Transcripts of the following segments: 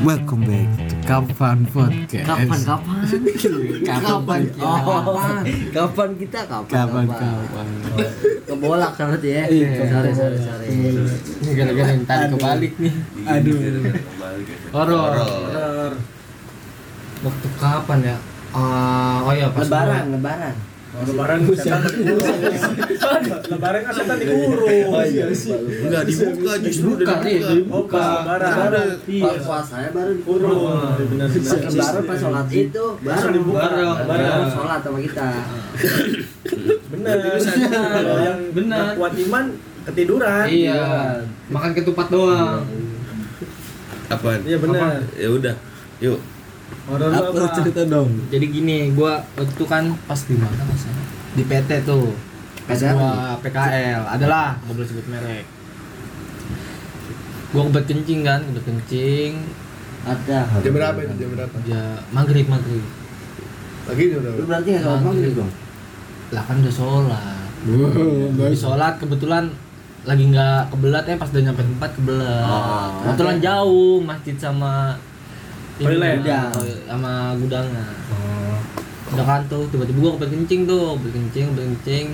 Welcome back to Kapan Podcast. Kapan kapan? Kapan kita? Kapan? Kapan kita? Kapan Oh. Kapan kapan. Kebolak kan berarti ya? Iya. Sorry sorry sorry. Ini gara-gara yang tadi kebalik nih. Aduh. Horor. Horor. Waktu kapan ya? Ah, oh ya pas Lebaran lebaran. Lebaran setan Lebaran kan setan dikurung. Oh iya sih. Enggak dibuka justru Buka, udah iya, dibuka. Oh, pas lebaran. Lebaran. Iya. Pas puasanya baru dikurung. Kurung. Benar Pas Lebaran pas sholat itu baru Baru dibuka. Baru Lebaran. sholat sama kita. Benar. Kalau yang Benar. nggak kuat iman ketiduran. Iya. Makan ketupat doang. Apaan? Iya benar. Ya udah. Yuk. Horor lu Apa cerita dong? jadi gini gua waktu itu kan pas di mana Mas? di PT tuh pas Ada. gua PKL adalah nggak boleh sebut merek gua kebet kencing kan kebet kencing Ada. Jam berapa itu? Jam berapa? ya maghrib maghrib Lagi jam berapa? Lu berarti nggak sholat maghrib dong? lah kan udah sholat Di sholat kebetulan lagi nggak kebelat ya pas udah nyampe tempat kebelat Oh. kebetulan jauh masjid sama ini, Toilet. sama- sama gudangnya udah kan tuh tiba-tiba gua kepet kencing tuh kepet kencing kepet kencing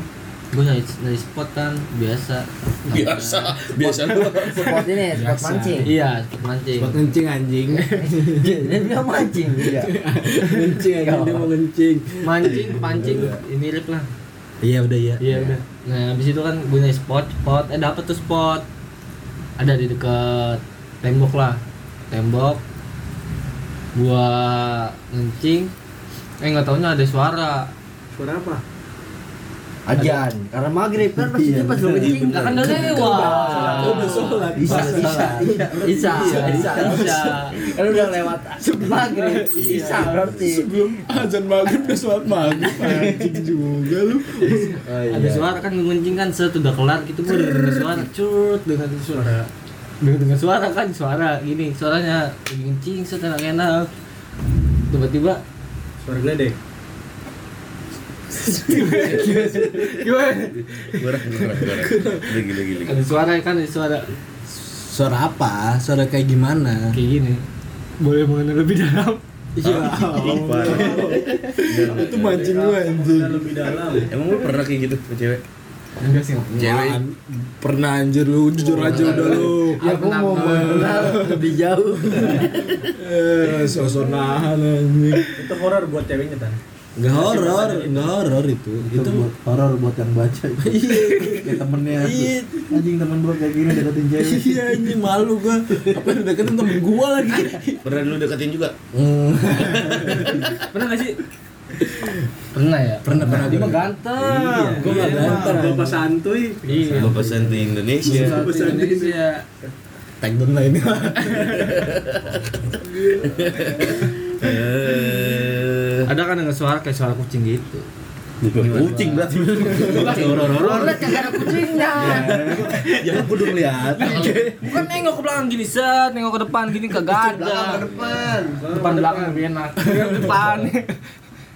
gua nyari, nyari spot kan biasa Biasa. Biasa lu. Spot ini spot mancing. iya spot mancing Buat ngencing anjing. Dia bilang mancing. Iya. Ngencing anjing dia mau ngencing. mancing pancing ini mirip lah Iya udah ya. iya udah nah habis itu kan gua nyari spot spot eh dapet tuh spot ada di dekat tembok lah tembok gua ngencing eh nggak taunya ada suara Suara apa? Ajan. Karena maghrib kan pasti Iya, pas lu bener. kencing. lah kan udah lewat Kan Udah sholat. Isya, Pas Isya, sholat. iya, Isya, Isya, Isya, Isya. Kan udah lewat maghrib, Isya berarti. Iya, azan maghrib udah sholat maghrib anjing juga lu ada Iya. suara kan ngencing kan set udah kelar gitu gue udah dengar suara cut dengan suara dengan dengar suara kan suara gini suaranya lagi ngencing set enak enak tiba-tiba Suara gledek. gimana Gerak gerak gerak. Lagi lagi lagi. ada suara kan ada suara suara apa suara kayak gimana kayak gini boleh mengenal lebih dalam iya Apaan? itu mancing lu anjing Suara lebih dalam. Emang lu pernah kayak gitu sama cewek? enggak sih Cewek. Apaan? pernah anjir lu jujur aja udah lu Ya aku mau mengenal lebih jauh. eh sosok nahan anjing Itu horor buat ceweknya kan. nggak horor nggak horor itu itu horor buat yang baca. Iya. Kayak temennya. Iya. Anjing temen gua kayak gini deketin cewek. iya anjing malu gua apa yang deketin temen gua lagi Pernah lu deketin juga? Hmm, pernah nggak sih pernah ya pernah pernah dia mah pernah. ganteng Gua Iya, enggak ganteng. tahu gua santuy. iya Gua pesan di Indonesia. Satu Indonesia tag down lah ini Eh. ada kan dengar suara kayak suara kucing gitu Kucing berarti. Horor kagak ada kucingnya. ya aku udah lihat bukan nengok ke belakang gini set nengok ke depan gini kagak ada Depan. depan belakang lebih enak depan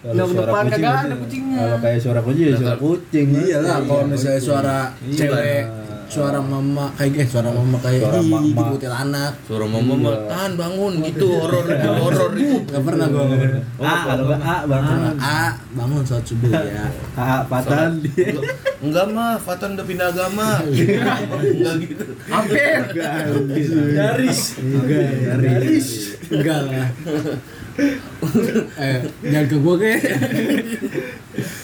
Nah, Kalau suara depan kucing kagak berarti- ada kucingnya Kalau kayak suara kucing Iya, ya suara kucing. iyalah Iya kalau misalnya suara cewek suara mama kayak eh suara mama kayak Suara ih mama. di kutil anak Suara mama mah tahan bangun gitu horor horor itu. Iya. nggak pernah gua nggak pernah A kalau nggak A Ah, bangun. Pernah, a bangun sholat subuh ya A patahan dia. Iya. Enggak mah, Fatan udah pindah agama. Enggak gitu. hampir Garis. enggak Garis. enggak lah eh jangan ke gua ke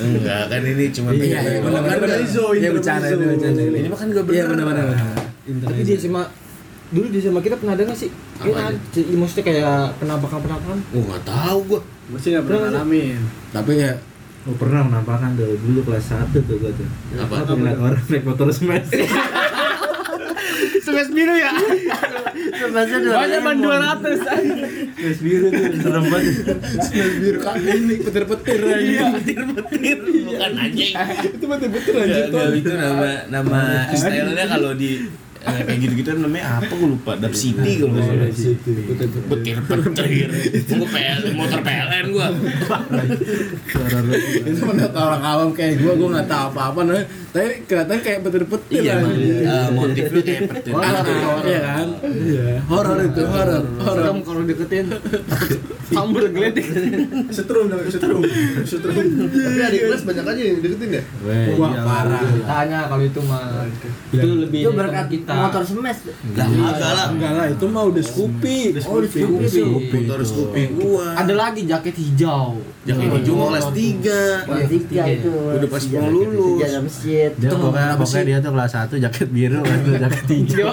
Enggak kan ini cuma iya iya benar benar benar Intermezzo, iya bercanda ini intermezzo. bercanda Ini mah kan enggak benar. iya benar benar benar. tapi dia sama dulu dia sama kita pernah ada nggak sih Apanya? Iya, ada- maksudnya kayak penampakan penampakan Gua enggak tahu gua. Gua sih enggak pernah ngalamin. tapi ya Oh pernah menampakkan tuh dulu kelas 1 tuh gua tuh. Apa? Aku ngeliat orang naik motor smash. semes biru ya Sebasnya dua. banyak ban dua ratus Smash biru tuh serem banget. biru kan ini petir petir Iya. aja Petir-petir bukan anjing. Iya, itu petir petir Enggak, enggak, itu nama nama stylenya kalau di eh, eh, kayak gitu-gitu namanya apa gue lupa Dap City kalau nggak salah betir betir gue PL motor PLN gue Suara lu. itu menurut orang awam kayak gue gue nggak tahu apa apa nah tapi kelihatannya kayak petir-petir iya lah. emang eh, motifnya kayak petir Horor, iya kan? Horor itu, horor, horor. Serem kalau deketin. Sambil geledek. Setrum namanya setrum. Setrum. Tapi adik kelas banyak aja yang deketin ya. Weh, Wah, iya, parah. iya. Tanya kalau itu mah. Itu lebih Itu dari berkat teman kita. motor smash. lah enggak lah Enggak lah, itu mah udah Scoopy. Oh, di Scoopy Scoopy. tuh. motor Scoopy gue Ada lagi jaket hijau. Iya. jaket hijau mau kelas tiga Kelas tiga itu. Iya, udah pas mau Tiga lulus ada masjid. Dia Itu pokoknya, apa pokoknya sih? dia tuh kelas 1 jaket biru, kelas dua jaket hijau.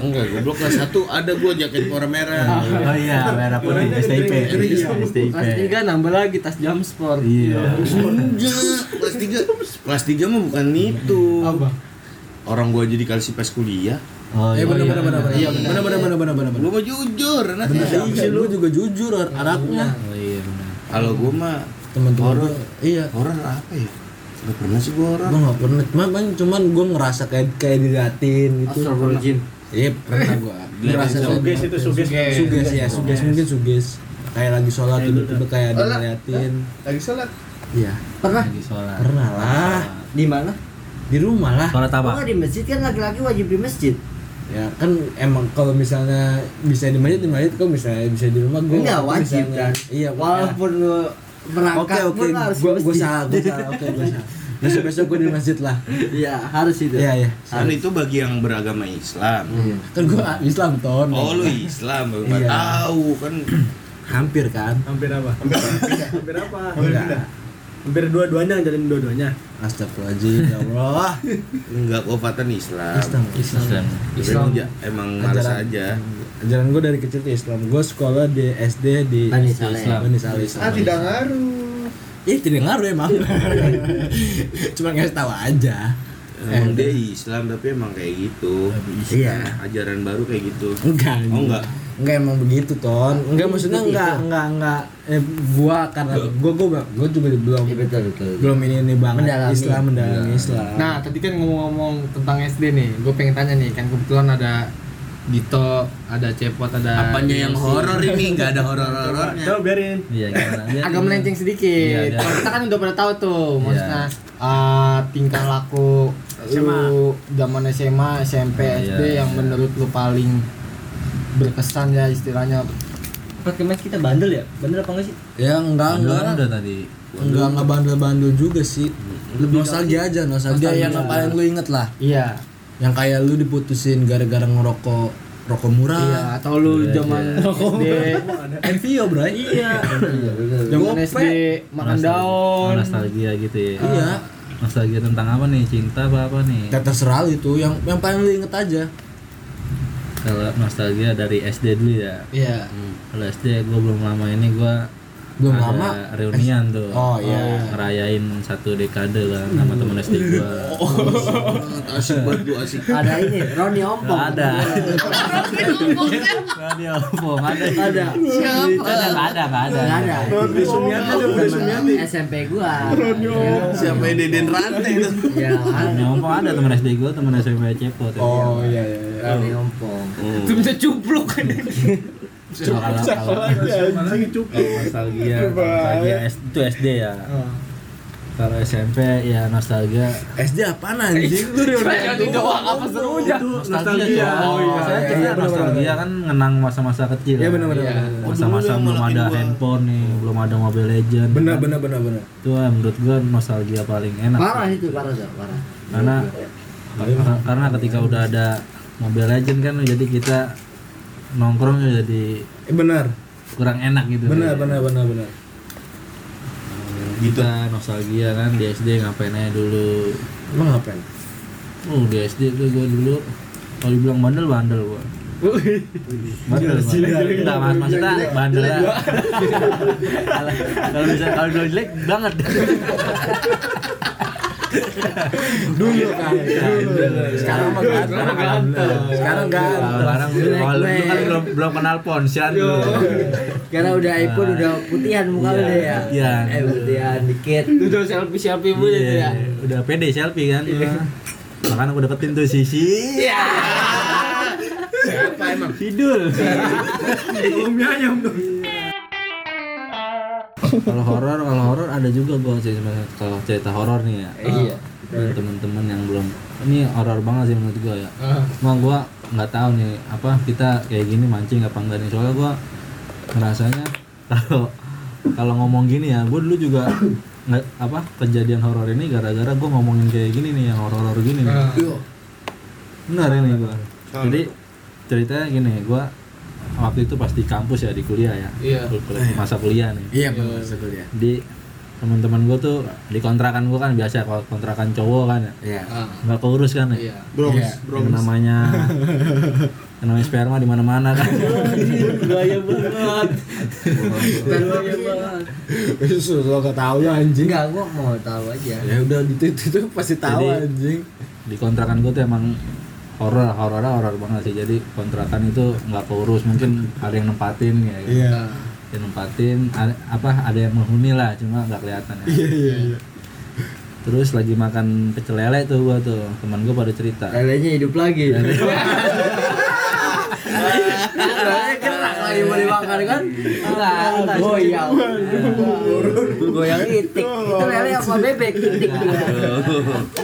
enggak goblok kelas satu ada gue jaket warna merah Oh iya, merah putih STIP. iya, STIP. Kelas Iya. tiga nambah lagi tas jam sport. Iya. enggak kelas tiga kelas tiga mah bukan itu Apa? orang gue jadi kalsi pas kuliah Oh Eh benar iya. iya, benar benar benar iya, benar benar benar benar benar. gue mah jujur Benar anaknya iya, lu juga jujur Ar- anaknya. Oh iya benar. kalau gue mah Teman-teman Horor. gua, iya. horor apa ya Gak pernah sih gue horor Gue gak pernah, cuman, cuman- cuman gue ngerasa kayak kayak diliatin gitu. Astagfirullahaladzim. Iya pernah gue ngerasa Suges itu suges. iya. suges ya suges mungkin suges kayak lagi sholat Kayak tiba-tiba kayak ada Alah. ngeliatin Lagi sholat. iya Ah. Pernah Lagi sholat. pernah lah di mana? di rumah lah Sholat apa? Oh, di masjid kan laki-laki wajib di masjid. ya kan emang kalau misalnya bisa di masjid di masjid kalau misalnya bisa di rumah gue Enggak wajib kan. iya ya. Walaupun lu oke berangkat oke pun harus gue di gue masjid. salah gue salah oke gue salah besok besok gue di masjid lah Iya, harus itu. iya iya kan itu bagi yang beragama Islam kan gue Islam ton oh lu Islam gue nggak Iya. tahu kan hampir kan Hampir apa? Hampir apa? enggak Hampir dua-duanya jalanin dua-duanya. Astagfirullahaladzim ya Allah enggak gue fatan Islam Islam Islam. Tapi Islam. lu ja- emang males aja ajaran gue dari kecil tuh Islam gue sekolah di SD di Bani Saleh. Bani Saleh Ah tidak ngaruh. Ih tidak ngaruh emang cuma ngasih tahu aja Eh, emang dia Islam tapi emang kayak gitu iya ajaran baru kayak gitu enggak oh enggak enggak emang begitu ton enggak maksudnya Begitu. enggak enggak enggak eh, gua karena gua gua gua juga belum Iya, betul betul. belum ini ini banget Mendalami. Islam mendalami Islam Nah, tadi kan ngomong-ngomong tentang SD nih, gue pengen tanya nih, kan kebetulan ada Dito, ada Cepot, ada apanya yang Yosi. horor ini enggak ada horor-horornya Coba biarin. Iya gimana? Dia Agak melenceng sedikit. Iya, Kalau kita kan udah pada tahu tuh, Iya. maksudnya ah, tingkah laku lu zaman SMA, SMP, Iya, SD yang iya. menurut lu paling berkesan ya istilahnya. Perkemet kita bandel ya? Bandel apa enggak sih? ya enggak Aduh, enggak udah tadi. Hmm. enggak enggak bandel-bandel juga sih lebih nostalgia aja nostalgia yang Nostalgia. paling lu inget lah Iya. yang kayak lu diputusin gara-gara ngerokok rokok Iya, murah atau lu zaman SD, Envio bro iya zaman SD makan Nostalgia. daun. Nostalgia gitu ya. iya Nostalgia tentang apa nih? Cinta apa apa nih? Ya, terserah lu itu yang yang paling lu inget aja Kalau nostalgia dari SD dulu ya. Iya. Kalau SD gue Iya, belum lama ini gue belum ada lama reunian tuh. Oh, iya. Ngerayain satu dekade kan sama temen SD gue. Oh. asik banget lu asik Ada ini, Roni Ompong. Gak ada. Radio Opong ada. Ada. Siapa? Ada nggak ada nggak ada. Enggak ada. Beli sumiati dong, beli sumiati. SMP gua. Roni Ompong. siapa yang deden rantai itu Ya, Radio Opong ada temen SD gue, temen SMP Cepot. oh iya iya iya Roni Ompong. Oh. Itu bisa cupluk kan. Kalau kalau Lagi cukup. kalau nostalgia, nostalgia S- itu SD ya. Kalau SMP ya nostalgia. SD apaan Eh, anjing lu Kayak di doang apa serunya? Itu nostalgia. Oh iya. iya, Saya kira iya, benar, nostalgia kan ngenang masa-masa kecil. Iya, benar, benar, Iya. benar. Masa-masa Oh, dulu yang belum malah ada kedua. handphone nih, belum ada Mobile Legend. kan. bener bener bener bener Itu eh, menurut gua nostalgia paling enak. Parah itu, parah tuh, parah. Karena karena, karena ketika udah ada Mobile Legend kan jadi kita nongkrong ya, jadi eh, bener kurang enak gitu. bener Iya. bener bener bener Kita nostalgia kan di SD ngapain aja dulu. emang ngapain Oh di SD tuh gue dulu kalau dibilang bandel bandel gue. Bandel, bandel. Enggak, mas, maksudnya bandel lah. Kalau- Kalau bisa kalau dulu jelek banget. dulu kan sekarang mah ganteng iya. sekarang ganteng Sekarang kalau dulu kan belum belum kenal ponsian dulu. Karena udah iPhone Nah. udah putihan muka Iya, udah ya. putihan. Eh putihan dikit. Itu udah selfie-selfie mulu itu ya. Iya, udah pede selfie kan. Makanya aku deketin tuh sisi. Siapa emang? Sidul. Umumnya ayam dong. kalau horor, kalau horor ada juga gua sih sebenarnya kalau cerita horor nih ya. Iya. Buat temen-temen yang belum ini horor banget sih menurut gua ya. Ah, Cuma gua nggak tahu nih apa kita kayak gini mancing apa enggak nih soalnya gua ngerasanya kalau kalau ngomong gini ya, gua dulu juga nggak apa kejadian horor ini gara-gara gua ngomongin kayak gini nih yang horor-horor gini nih. Ah. Yuk. Benar ini gua. Jadi ceritanya gini, gua waktu itu pas di kampus ya di kuliah ya. Iya. Kul- kul- Masa kuliah nih. Iya benar sekali ya. Di teman-teman gua tuh di kontrakan gua kan biasa kalau kontrakan cowok kan ya. Iya. Ah, Nggak keurus kan ya. iya. Bronx, Iya. Bronx. Yang namanya yang namanya sperma di mana-mana kan. Gaya banget. Gaya banget. Sus lo gak Iya, tahu ya anjing. Enggak, Nah, gua mau tahu aja. Ya udah gitu itu, itu pasti tahu Jadi- anjing. di kontrakan gue tuh emang horor horor horor banget sih jadi kontrakan itu nggak keurus mungkin ada yang nempatin ya, ya. Iya. Ada yang nempatin ada, apa ada yang menghuni lah cuma nggak kelihatan ya Iya iya iya. terus lagi makan pecel lele tuh gua tuh teman gua pada cerita Lelenya hidup lagi. Lelenya gerak lagi mau dimakan kan? Ah, Iya, Enggak, Oh, goyang. Goyang itik. Itu lele apa bebek? Itik dia.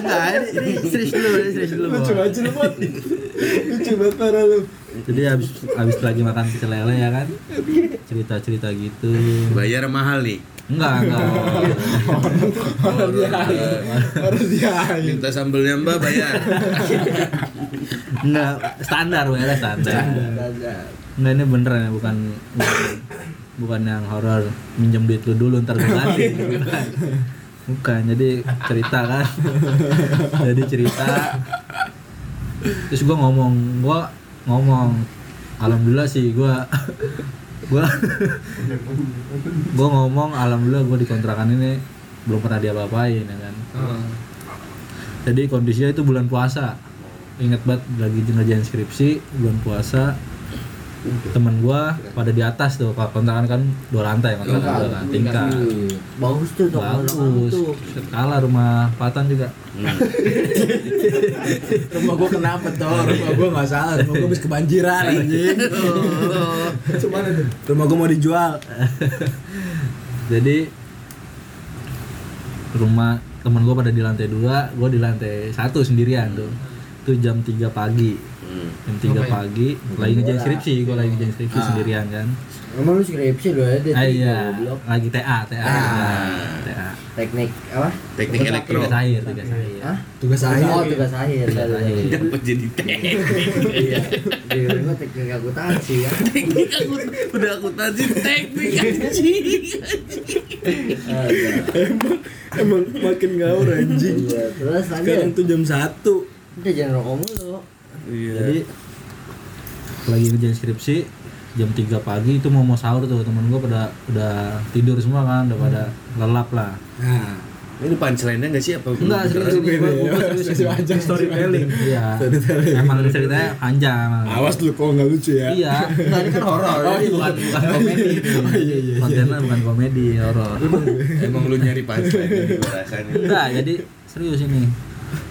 enggak ini, ini serius dulu ini serius Iya, dulu Bos. Lucu banget parah lu. jadi habis habis lagi makan pecel lele ya kan cerita cerita gitu Bayar mahal nih. enggak enggak Iya. Harus diain. eh, Minta sambelnya Mbak bayar. enggak standar bayarnya standar. Nggak ini beneran ya bukan bukan- bukan yang horor minjem duit lu dulu ntar gue ganti. Bukan. Bukan, jadi cerita kan. jadi cerita. Terus gua ngomong, gua ngomong alhamdulillah sih gua gua gua ngomong alhamdulillah gua di kontrakan ini belum pernah diapa-apain ya kan. Ah. Jadi kondisinya itu bulan puasa. Ingat banget lagi ngerjain skripsi bulan puasa. Temen gua pada di atas tuh, Pak. Kontrakan kan dua lantai kontrakan dua kan, tingkat. Bagus tuh tuh. Bagus. Kalah rumah Patan juga. Hmm. Rumah gua kenapa toh? Rumah gua nggak salah. Rumah gua habis kebanjiran anjing. Cuman itu. Rumah gua mau dijual. Jadi rumah temen gua pada di lantai dua, gua di lantai satu sendirian tuh. Itu jam 3 pagi. Hmm. Jam 3 pagi lagi ngerjain skripsi, gua lagi ngerjain skripsi Ah. sendirian kan. Emang lu skripsi lu ada tiga, Ah, iya, goblok. lagi TA, TA, TA. teknik apa? Teknik elektro. Tiga air, tiga air. Hah? Tugas Oh saya. tugas akhir. Iya. Tugas Tugas akhir. akhir. Dapat jadi teknik. Iya. Di rumah teknik akuntansi kan. Teknik aku udah aku tadi teknik anjing. Ah, iya. Emang makin ngaur anjing. Iya, Terus Sekarang lanjut. tuh jam 1. Udah jangan rokok mulu. Iya. Jadi lagi ngerjain skripsi jam 3 pagi itu mau mau sahur tuh temen gua pada udah tidur semua kan, udah pada lelap lah. Nah, Ini punchline-nya enggak sih apa? Enggak serius ini gua gua serius. ini. aja Storytelling. Iya. Emang ceritanya panjang. emang. Awas lu kok nggak lucu ya. Iya. Enggak, ini kan horor. Oh, ini bukan bukan- bukan komedi. iya, iya, iya. Kontennya bukan komedi horor. Emang lu nyari punchline ini gua rasanya. Enggak, jadi serius ini.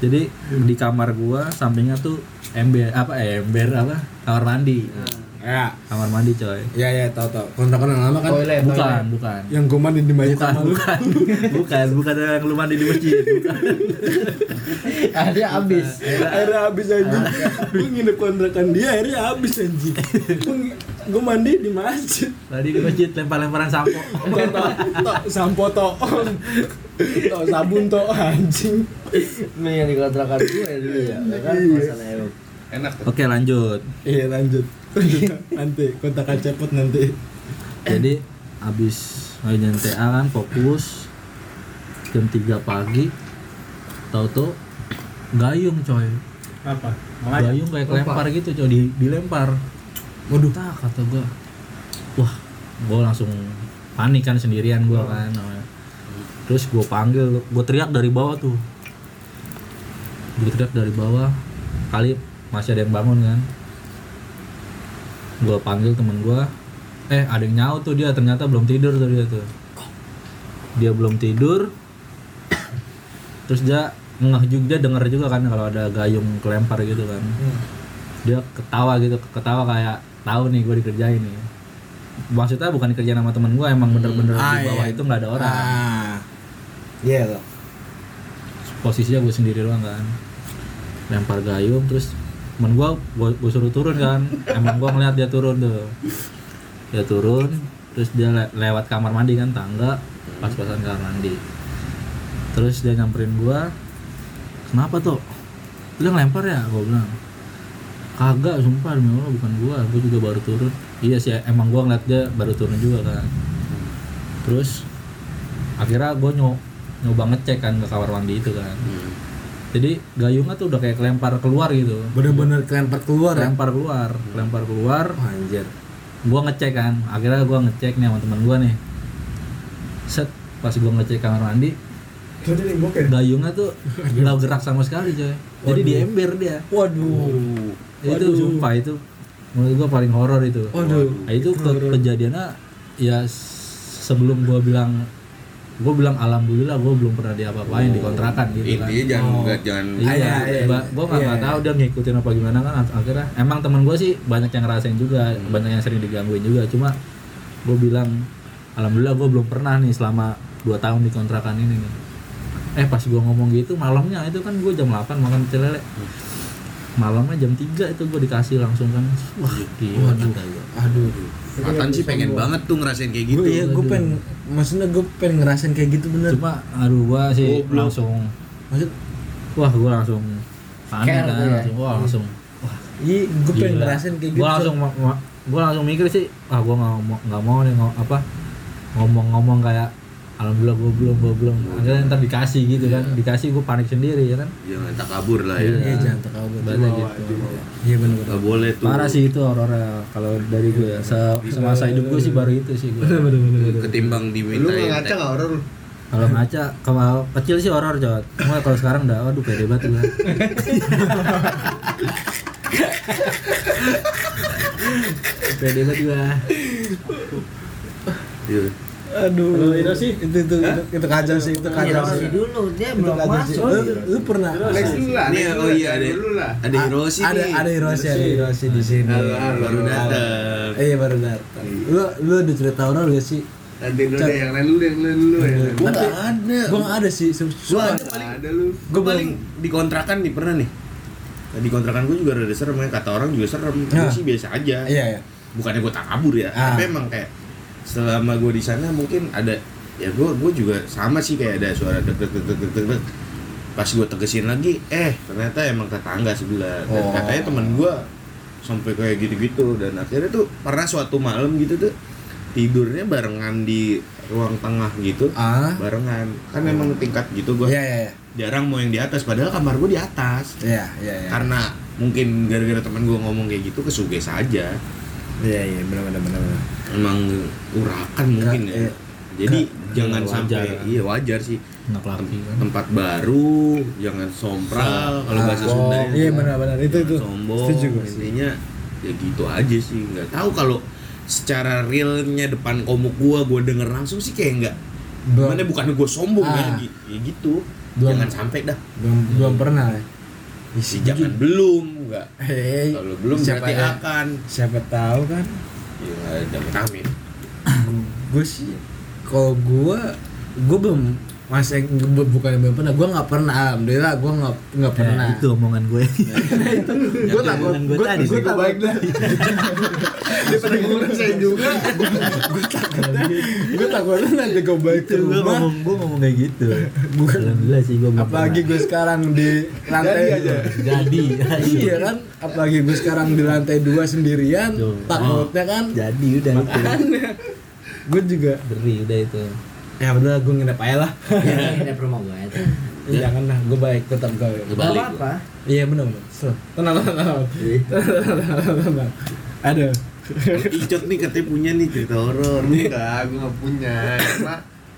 Jadi di kamar gua sampingnya tuh ember apa eh, ember apa kamar mandi. Ya, Kamar mandi coy. ya ya tahu tahu. Kontrakan yang lama kan Toilet. Bukan, bukan. yang gua mandi di mayat Bukan, sama lu. bukan. Bukan, bukan yang lu mandi di masjid. Bukan. Ada Ah, habis. Akhirnya habis anjing. Gua nginep kontrakan dia akhirnya habis anjing. Gua ng- Gua mandi di masjid. Tadi di masjid lempar-lemparan sampo. Tok, tok, tok, sampo tok. Tok sabun tok anjing. Lu yang dikontrakan gue dulu ya. Kan kosan Ewo. Enak. tuh. Oke, lanjut. Iya lanjut. nanti kontrakan cepet nanti. jadi habis ngajarin TA kan fokus jam 3 pagi tau tuh gayung coy Apa? gayung kayak lempar gitu coy di, dilempar waduh tak kata gua wah gua langsung panik kan sendirian gua kan terus gua panggil gua teriak dari bawah tuh gua teriak dari bawah kali masih ada yang bangun kan gua panggil temen gua eh ada yang nyaut tuh dia ternyata belum tidur tuh dia tuh dia belum tidur terus dia ngeh juga denger juga kan kalau ada gayung kelempar gitu kan Hmm. dia ketawa gitu ketawa kayak tahu nih gue dikerjain nih maksudnya bukan dikerjain sama temen gue emang bener-bener Ah, di bawah iya. itu nggak ada orang Ah. Iya loh. posisinya gue sendiri doang kan lempar gayung terus temen gue gue suruh turun kan emang gue ngeliat dia turun tuh dia turun terus dia le- lewat kamar mandi kan tangga pas-pasan kamar mandi terus dia nyamperin gue kenapa tuh lu ngelempar ya gue bilang kagak sumpah demi Allah bukan gua gua juga baru turun iya sih emang gua ngeliat dia baru turun juga kan terus akhirnya gua nyo- nyoba ngecek kan ke kamar mandi itu kan jadi gayungnya tuh udah kayak kelempar keluar gitu Bener-bener kelempar keluar ya. kelempar keluar kelempar keluar Wah, Anjir. gua ngecek kan akhirnya gua ngecek nih sama teman gua nih set pas gua ngecek kamar mandi Jadi limbok ya? gayungnya tuh nggak gerak sama sekali coy jadi di ember dia Waduh. itu sumpah itu menurut gua paling horor itu Waduh. Nah, itu ke- kejadiannya ya s- sebelum gua bilang gua bilang alhamdulillah gua belum pernah diapa-apain Oh, dikontrakan gitu kan Intinya jangan nggak jangan Iya, Iya, iya, gua- iya. gua nggak Iya, nggak iya. tahu dia ngikutin apa gimana kan ak- akhirnya. Emang temen gua sih banyak yang ngerasain juga, banyak yang sering digangguin juga. Cuma gua bilang, alhamdulillah gua belum pernah nih selama 2 tahun di kontrakan ini nih. Eh pas gua ngomong gitu malamnya itu kan gua jam 8 makan pecel lele. Malamnya jam 3 itu gua dikasih langsung kan. Wah, gila. kata gua. Aduh. Matan sih pengen Iya. banget tuh ngerasain kayak gitu Gue ya gue pengen maksudnya gue pengen ngerasain kayak gitu bener. Cuma aduh gua sih Goblok. langsung Maksud wah gua langsung panik Care kan, tuh ya. langsung, wah langsung iya gue pengen Gila. ngerasain kayak gitu. Gua langsung ma- ma- gua langsung mikir sih ah gua nggak mau nggak mau nih ngo- apa ngomong-ngomong kayak alhamdulillah gua belum gua belum akhirnya ntar dikasih gitu kan dikasih gua panik sendiri ya kan jangan tak kabur lah ya Iya jangan terkabur. Ibaratnya gitu Iya bener bener. nggak boleh tuh parah sih itu horornya kalau dari gua ya. Se- semasa hidup gua sih baru itu sih gua ketimbang Lu nggak dimintain ngaca nggak horor lu? kalau ngaca kalau kecil sih horor cowok cuma kalau sekarang udah waduh pede banget gua pede banget gua Iya. Aduh. itu sih itu itu itu kacau sih itu Ya, kacau sih. masih dulu dia Itu belum kacau sih. masuk. Lu, lu pernah Ah, Next dulu lah. Ini, next oh iya, next ada- dulu lah. Iya, ada Hiroshi ada nih ada Hiroshi ada Hiroshi di sini. Halo, halo. baru datang Eh, Iya baru datang. Lu lu ada cerita horor gak sih? Nanti dulu deh, yang lain dulu deh, yang lain dulu yang lain. gue nggak ada Gue gak ada sih. su- gue sumpah. ada paling Ada lu. gue paling dikontrakan nih pernah nih di kontrakan gue juga rada serem ya kata orang juga serem tapi Ah. sih biasa aja Iya ya. bukannya gue tak kabur ya Ah. tapi emang kayak selama gue di sana mungkin ada ya gue gue juga sama sih kayak ada suara deg deg deg deg deg deg, deg. pas gue tegesin lagi eh ternyata emang tetangga sebelah dan Oh. katanya teman gue sampai kayak gitu-gitu dan akhirnya tuh pernah suatu malam gitu tuh tidurnya barengan di ruang tengah gitu Ah. barengan kan emang tingkat gitu gue Iya iya iya. jarang mau yang di atas padahal kamar gue di atas Iya iya iya. karena mungkin gara-gara teman gue ngomong kayak gitu kesuges aja Iya iya benar benar benar. benar. emang urakan mungkin Nggak, ya iya. jadi jangan Wajar. sampai iya wajar sih anak laki kan tempat baru jangan sompral kalau bahasa Ah, Sunda oh, Iya benar benar itu itu. sombong Setuju gue sih. intinya ya gitu aja sih nggak tahu kalau secara realnya depan komuk gua gua denger langsung sih kayak nggak Belum- mana bukan gua sombong ya, Ah. gi- ya gitu Belum. jangan sampai dah belum belum pernah ya. si jangan belum nggak Hei, kalau belum Iya. siapa berarti ya? akan Siapa tahu kan? ya jangan amin gue sih, kalau gue, gue belum masih bu- bukan belum pernah. Gue nggak pernah. Alhamdulillah, gue nggak nggak pernah. Nah, itu omongan gue. gue takut. omongan gue Gue tadi. gue takut. Baik dah. Dia pada ngurusin juga. Gue takut nanti gue balik ke Itu gue rumah. ngomong gue ngomong kayak gitu. Bukan. Iya, Alhamdulillah sih gue. Apalagi gue sekarang di lantai aja. jadi. Iya kan, apalagi gue sekarang di lantai dua sendirian, Duh. Ah. takutnya kan, Ya. Jadi udah itu. gue juga, Beri udah itu. ya udah gue nginep aja lah, Iya, Ini promo gue itu. Ya, jangan lah, gue baik tetap gue. Gak Balik. apa-apa. Iya benar benar, Sel. tenang tenang tenang, tenang tenang, Iya. tenang. Ada, Icut nih katanya punya nih cerita horor. Enggak, gue nggak punya. Cuma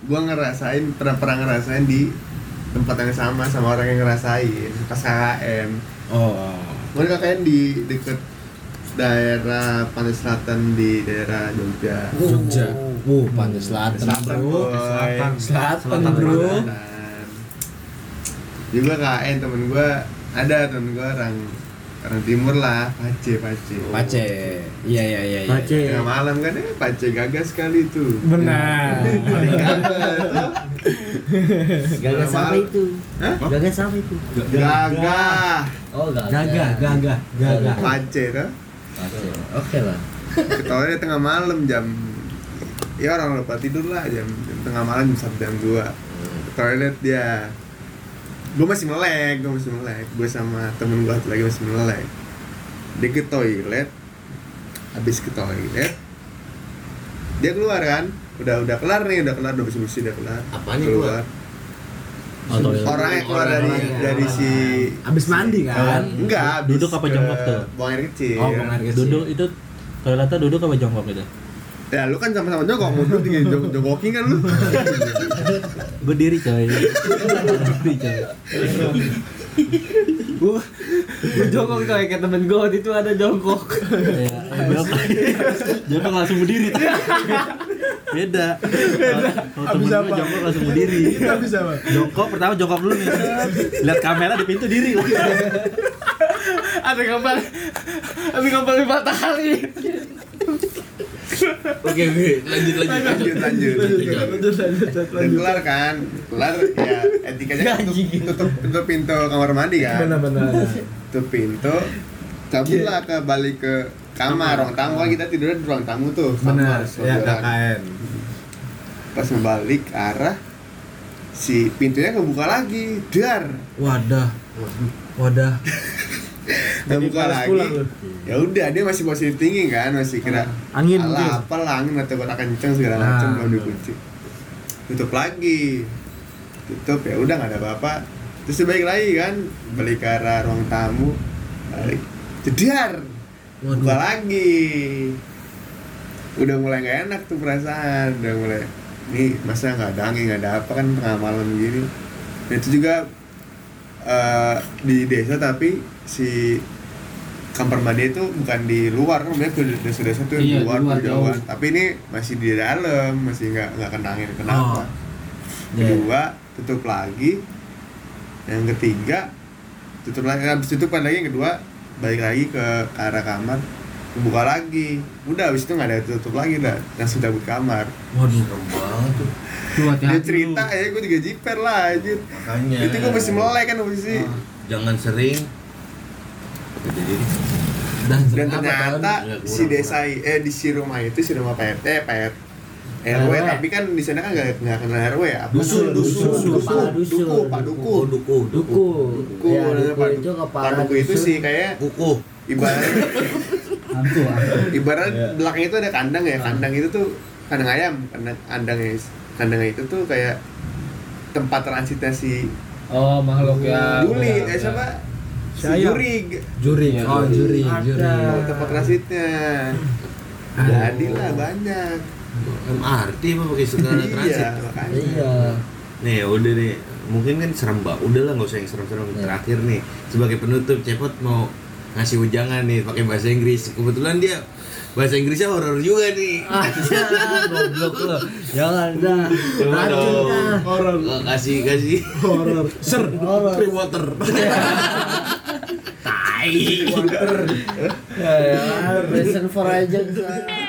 gue ngerasain pernah pernah ngerasain di tempat yang sama sama orang yang ngerasain pas KKN. oh, Gue KKN di deket daerah pantai selatan di daerah Jogja. Jogja, wuh pantai selatan Selatan, bro, boy. selatan bro, Selatan. juga KN temen gue ada temen gue orang orang timur lah pace pace Pace. Iya iya iya. iya. Pace. tengah malam kan eh pace gagas sekali tuh Benar. paling gagas tuh. Gagas Malam. apa itu? Hah? Gagas apa itu? gagah Oh, gagas. Gagah, gagah, gagah. pace tuh Oke, Oke lah. ketahuannya tengah malam jam ya orang lupa tidur lah jam, jam tengah malam jam satu jam dua ke toilet dia gue masih melek gue masih melek gue sama temen gue lagi masih melek dia ke toilet habis ke toilet dia keluar kan udah udah kelar nih udah kelar udah bersih bersih udah kelar Apaan yang keluar Oh, toilet. orangnya keluar dari Orangnya. dari si Iya. Abis mandi kan? enggak habis Duduk apa ke jongkok tuh? buang air kecil Oh, buang air kecil. Iya. Duduk itu toiletnya duduk apa jongkok itu? ya lu kan sama-sama jongkok mau duduk tinggal jong- jongkokin kan lu Berdiri coy. Berdiri coy. Lu jongkok coy kayak temen gue waktu itu ada jongkok. Iya, eh, jongkok. Jongkok langsung berdiri. Beda. Kalau temen gua jongkok langsung berdiri. bisa apa? Jongkok pertama jongkok dulu nih. Lihat kamera di pintu diri. ada gambar. Ada gambar lima kali. Oke, oke. Lanjut lanjut. lanjut lanjut lanjut Dan kelar kan kelar ya etikanya kan tutup, tutup, tutup pintu kamar mandi kan Benar-benar. tutup pintu cabutlah ke balik ke kamar ruang tamu kan kita tidur di ruang tamu tuh Benar. kamar, Ya tiduran. KKN. pas membalik ke arah si pintunya kebuka lagi dar Wadah. Wadah. Jadi, kebuka lagi pulang lu. ya udah dia masih positif tinggi kan masih kira Ah, Angin mungkin. Alah, apa lah, angin atau kota kenceng segala Ah, macam belum betul. dikunci. Tutup lagi. Tutup ya udah nggak ada apa-apa. Terus balik lagi kan, balik ke arah ruang tamu, balik. Jedar. Buka Waduh. lagi. Udah mulai nggak enak tuh perasaan, udah mulai. Nih masa nggak ada angin nggak ada apa kan tengah malam gini. Dan itu juga eh, di desa tapi si kamar mandi itu bukan di luar kan biasanya di desa-desa tuh Iya, di di luar, luar, jauh. jauh. Tapi ini masih di dalam, masih nggak nggak kena angin Oh. kenapa. Kedua tutup lagi. Yang ketiga tutup lagi. Habis tutupan lagi yang kedua balik lagi ke arah kamar buka lagi udah habis itu nggak ada tutup lagi udah langsung cabut kamar Waduh. Tuh dia hati-hati. cerita ya gue juga jiper lah anjir Makanya. itu gue iya. masih melek kan posisi Jangan sering. Jadi Dan, dan apa, ternyata Tan? Ya, si kurang, desa eh di si rumah itu si rumah PRT eh, PRT RW, tapi kan di sana kan nggak nggak kenal RW ya apa Dusun, namanya? dusun, dusun, kepala dusun. duku pak duku kuku, duku, duku, Duku. duku Ya, duku namanya Pak itu Duku. kepala Pak duku itu dusun. sih kayak kuku. ibarat Aku. ibarat belakang itu ada kandang ya kandang itu tuh kandang ayam kandang kandangnya kandangnya itu tuh kayak tempat transitnya si Oh, makhluk ya. Duli eh siapa si Saya. Juri Juri. Iya, Oh, juri, Ada. juri. tempat transitnya jadilah banyak MRT apa pakai segala transit? iya makanya Iya. Nih ya udah nih, mungkin kan serem mbak. Udah lah nggak usah yang serem-serem. Terakhir nih, sebagai penutup cepet mau ngasih ujangan nih pakai bahasa Inggris. Kebetulan dia bahasa Inggrisnya horor juga nih. Ah. Goblok lu. Jangan dah. Coba dong. ah. Horor. Nggak Kasih kasih. Horor. Ser. Free water. Tai. Listen for aja.